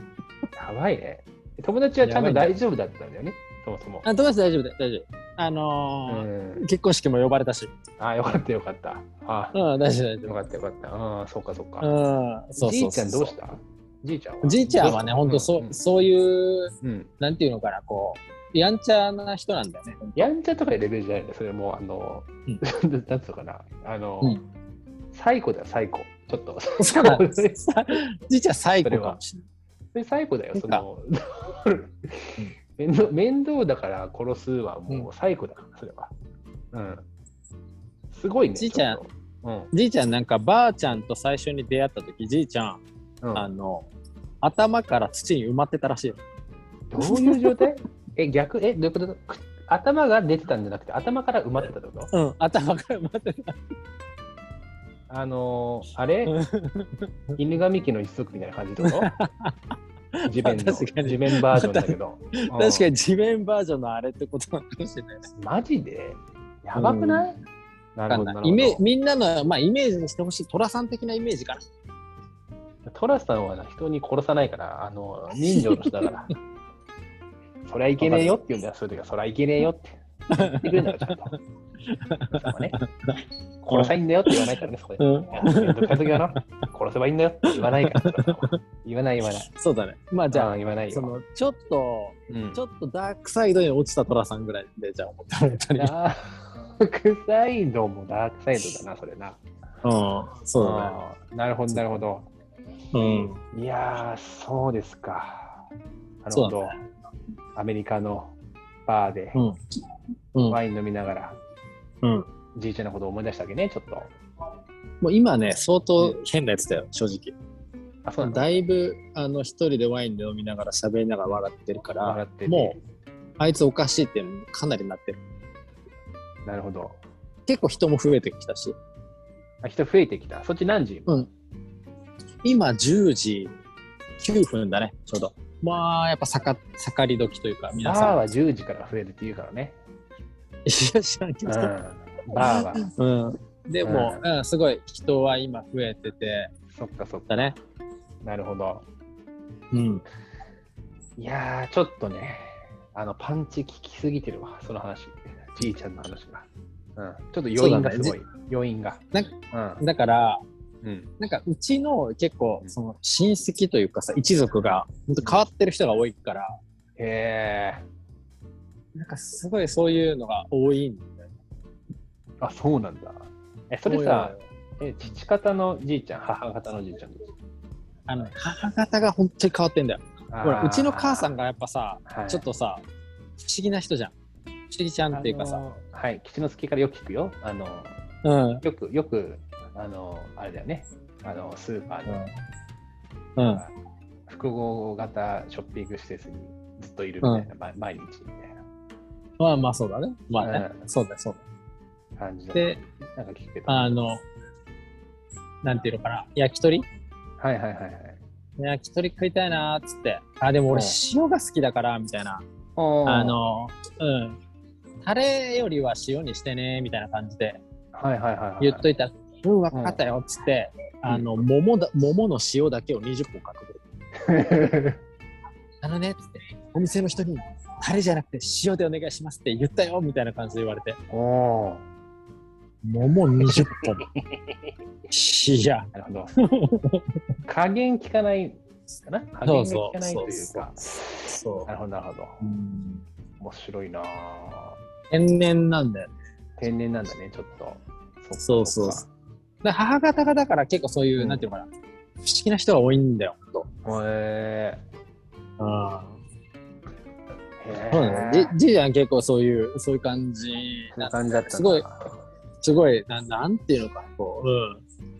やばいね。友達はちゃんとやばい大丈夫だったんだよね、そもそも。あ、友達大丈夫だよ、大丈夫。あうのーん、結婚式も呼ばれたし、あ、よかったよかった。あうん、大丈夫、大丈よかったよかった。ああ、そうかそうか。夫。うん、そうそうそうじいちゃんどうしたじいちゃんはじいちゃんはね、ほんとそ,、ううんそういう、うん。なんていうのかな、こう、やんちゃな人なんだよね。やんちゃとかいうレベルじゃないね。それもう、あの、う なんつうのかな。あの、うサイコだよ、サイコ。ちょっと。そう じいちゃん最高かもしれそれ最後だよ、その。ん面倒 面倒だから殺すはもう最後だから、それは。うん。すごいね。じいちゃんょっと。うん。ない。じいちゃんなんかばあちゃんと最初に出会った時、じいちゃん、うんあの、頭から土に埋まってたらしいよ。どういう状態え、逆、え、どういうことく頭が出てたんじゃなくて、頭から埋まってたってことうん、頭から埋まってた。あのー、あれうん犬神家の一族みたいな感じってこ と地面の、確かに地面バージョンだけど。確 確かに地面バージョンのあれってことなのかもしれないね。マジでやばくない、なるわかほどんないなるイほメど。みんなの、まあ、イメージにしてほしい、寅さん的なイメージかな。 トラさんはな人に殺さないから、あの人情の人だから。そりゃいけねえよって言うんだよ、そういう時は、そりゃいけねえよって。言ってくれるのよ、ちゃんと。そこね、殺さいいんだよって言わないからね、そこで。うんめんどくさい時はな、殺せばいいんだよって言わないから。言わない、言わない。そうだね。まあ じじゃゃあ、あ、言わないよ。その、ちょっと、うんちょっとダークサイドに落ちた寅さんぐらいで、じゃあ思ってもらえたり。うん、ダークサイドもダークサイドだな、それな。そうだね。あーなるほど、なるほど。うん。いやー、そうですか。なるそほうだど。アメリカのバーでうん。うん。ワイン飲みながら、うんじいちゃんのことを思い出したわけね、ちょっと。もう今ね、相当変なやつだよ、正直。あ、そうなんだ。だいぶ、あの、一人でワインで飲みながら喋りながら笑ってるから笑って、てもう、あいつおかしいってかなりなってる。なるほど。結構人も増えてきたし、あ人増えてきた。そっち何時、今10時9分だね、ちょうど。まあ、やっぱ盛盛り時というか、皆バさーん。は10時から増えるって言うからね。いや知らんけうん。どバーは。 うん、でも、ううんすごい人は今増えててそっかそっか。だね、なるほど。うん、いやー、ちょっとね、あの、パンチ効きすぎてるわ、その話。じいちゃんの話が。うん。ちょっと余韻がすそごうい。余韻が。なんだからうん。うん。なんかうちの結構その親戚というかさ一族が本当変わってる人が多いからへえ。なんかすごいそういうのが多いんだよねあ、そうなんだ。え、それさ、え父方のじいちゃん、母方のじいちゃんです。あの母方が本当に変わってんだよほらあーうちの母さん、がやっぱさはいちょっとさ不思議な人じゃん不思議ちゃんっていうかあさ、のーはい、吉之助からよく聞くよ。あのーうんよく、よく、あのーあれだよね。あのースーパーのうんうん複合型ショッピング施設にずっといるみたいな、ま毎日みたいまあまあそうだねまあね、うんそうだねそうだねな感じのでなんか聞くけど。はあの、なんていうのかな、焼き鳥いはいはいはい。焼き鳥食いたいなーっつって、あ、でも俺うん塩が好きだから、みたいな。あ、の、うん。タレよりは塩にしてね、みたいな感じではいはいはい、はい。言っといたら、うん、わかったよ、っつって、うんあの、桃だ、桃の塩だけを20本買ってくる。あのね、っつって、お店の人に、タレじゃなくて塩でお願いしますって言ったよ、みたいな感じで言われて、お お桃20本。いや、ー。なるほど。 加減効かないかな加減が効かないというか。そうな。るほどなるほど。うん面白いなあ天然なんだよね。天然なんだね、ちょっと。っかそうそうっかで母方がだから結構そういう、うんなんていうのかな、不思議な人が多いんだよ、ほんと。へえ。そうだね。じじいちゃん結構そういう、そういう感じそんなな。感じだったなすごい。すごい、なんなんていうのかな、こう。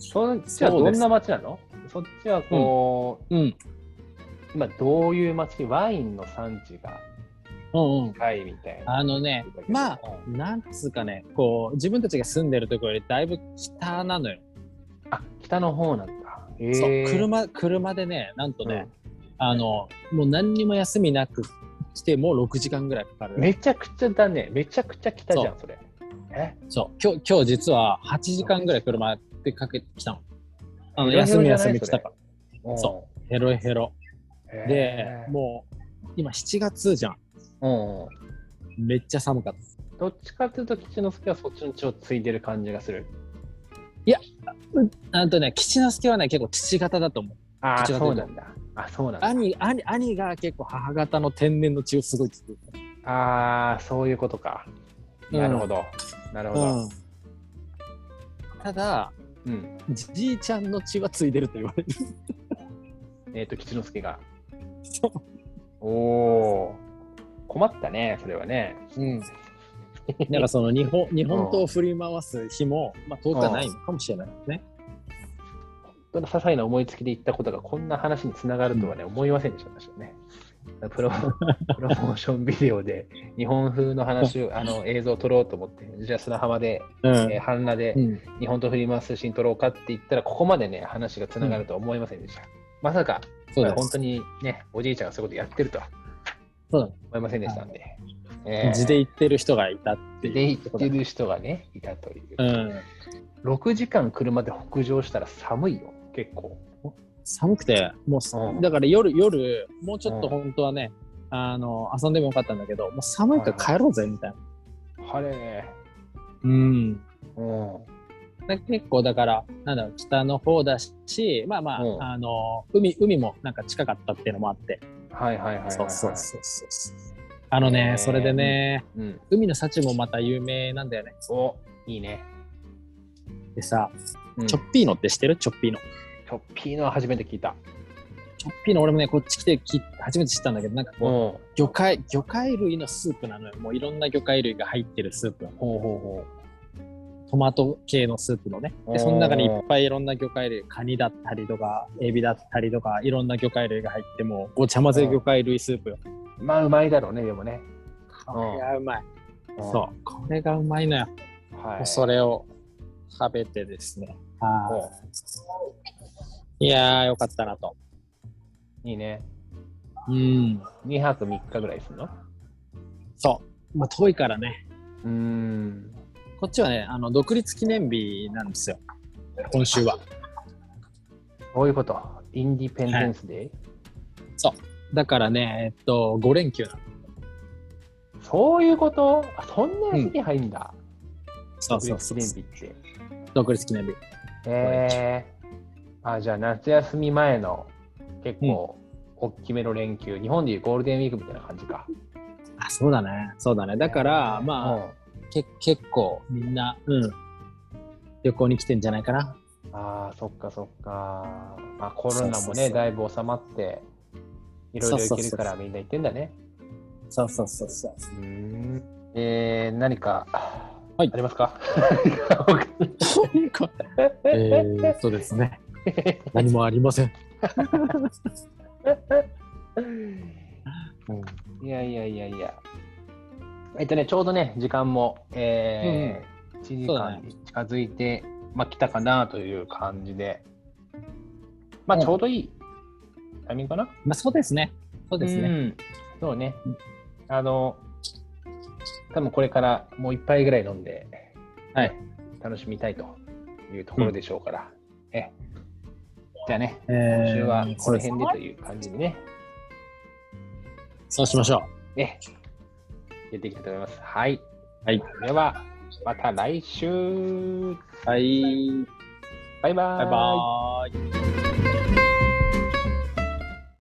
そっちはどんな街なのそっちはこう、うん。うん。今どういう街ワインの産地がうんうん。近いみたいな。あのね、まあ、なんつうかね、こう、自分たちが住んでるところよりだいぶ北なのよ。あ、北の方なんだ。へえ。そう、車、車でね、なんとね、あの、もう何にも休みなく来て、もう6時間ぐらいかかうるん。めちゃくちゃだね。めちゃくちゃ北じゃん、それ。えそう、今日、今日実は8時間ぐらい車でかけてきたの。あの、ヘロヘ休ロみじゃない休み来たから。そヘロヘロ。うん。へでえ、もう、今7月じゃん。うん。めっちゃ寒かった。どっちかっていうと、吉之助はそっちの血を継いでる感じがする。あとね、吉之助はね、結構父方だと思う。あどっちーかそうといとうなんだ。あ、そうなんだ。兄、兄、兄が結構母方の天然の血をすごい作る。ああ、そういうことか。うんなるほど。なるほど。ただ、うん。じじいちゃんの血はついでると言われる。えっ、と、吉之助が。そうおおー。困ったね、それはね。 うん。だからその日本、日本刀を振り回す日も、まあ遠くはないのかもしれないね。その些細な思いつきで言ったことがこんな話につながるとはね、思いませんでした確かにね。プロ プロモーションビデオで日本風の話を、あの映像を撮ろうと思って、じゃあ砂浜で、うえー、半裸でん。日本と振り回すシーン撮ろうかって言ったら、ここまでね、話がつながるとは思いませんでした。まさか、そうだね本当にね、おじいちゃんがそういうことやってるとはそうだね思いませんでしたんで、えー地で行ってる人がいたってでいう行ってる人がね、いたという。うん、 6時間車で北上したら寒いよ、結構。寒くてもうす、うんだから夜夜もうちょっとうん本当はね、あの、遊んでもよかったんだけど、もう寒いから帰ろうぜ、みたいな。晴れ。うん。うん。だ結構だから、なんだろう、北の方だし、まあまあ、うんあの、海、海もなんか近かったっていうのもあって。はいはいはいはいはい。そうそうそうそうそう。あのねへ、ーそれでね、う。うん。海の幸もまた有名なんだよね。お、いいね。でさ、うんチョッピーノって知ってるチョッピーノ。ちょっぴーのは初めて聞いた。チョッピーノ、俺もね、こっち来てき初めて知ったんだけど、なんかうん。こう、ほ魚介、魚介類のスープなのよ。もういろんな魚介類が入ってるスープ。うほうほトマト系のスープのね。おーで、その中にいっぱいいろんな魚介類、カニだったりとか、エビだったりとか、いろんな魚介類が入って、もうごちゃ混ぜ魚介類スープよ。う。まあ、うまいだろうね、でもね。これがうまい。そう。これがうまいのよ。うん。はもうい。それを食べてですね。おはいいやー、よかったなと。いいね。うん。 2泊3日ぐらいするのそう。まあ、遠いからね。うーん。こっちはね、あの、独立記念日なんですよ。今週は。そういうこと。インディペンデンスデー、だからね、えっと、5連休なの。そういうことあそんな時期入んだ。そうそうそう。記念日って。独立記念日。えー、あじゃあ夏休み前の結構大きめの連休、日本でいうゴールデンウィークみたいな感じか。あ、そうだね。そうだね。だから、まあ、け結構みんな、うん。旅行に来てんじゃないかな。あ、ああーそっかそっか。まあコロナもねそうそうそうだいぶ収まっていろいろ行けるかそうそうそらうみんな行ってんだね。そうそうそう そう。うーんえー、何か、はいあります か ー、そうです ね。何もありません。いやいやいやいや。えっとね、ちょうどね、時間も、えー1時そうだね間に近づいて、まあ、来たかなという感じで、まあ、うんちょうどいいタイミングかな。まあ、そうですね。そうですうね。んそうねうん。あの、多分これからもう一杯ぐらい飲んで、はい楽しみたいというところでしょうから。えじゃあね、えー今週はこの辺でそうという感じでね、すそうしましょう。えやっていきたいと思います。はい。はい。では、また来週。はい。バイババイバーイ。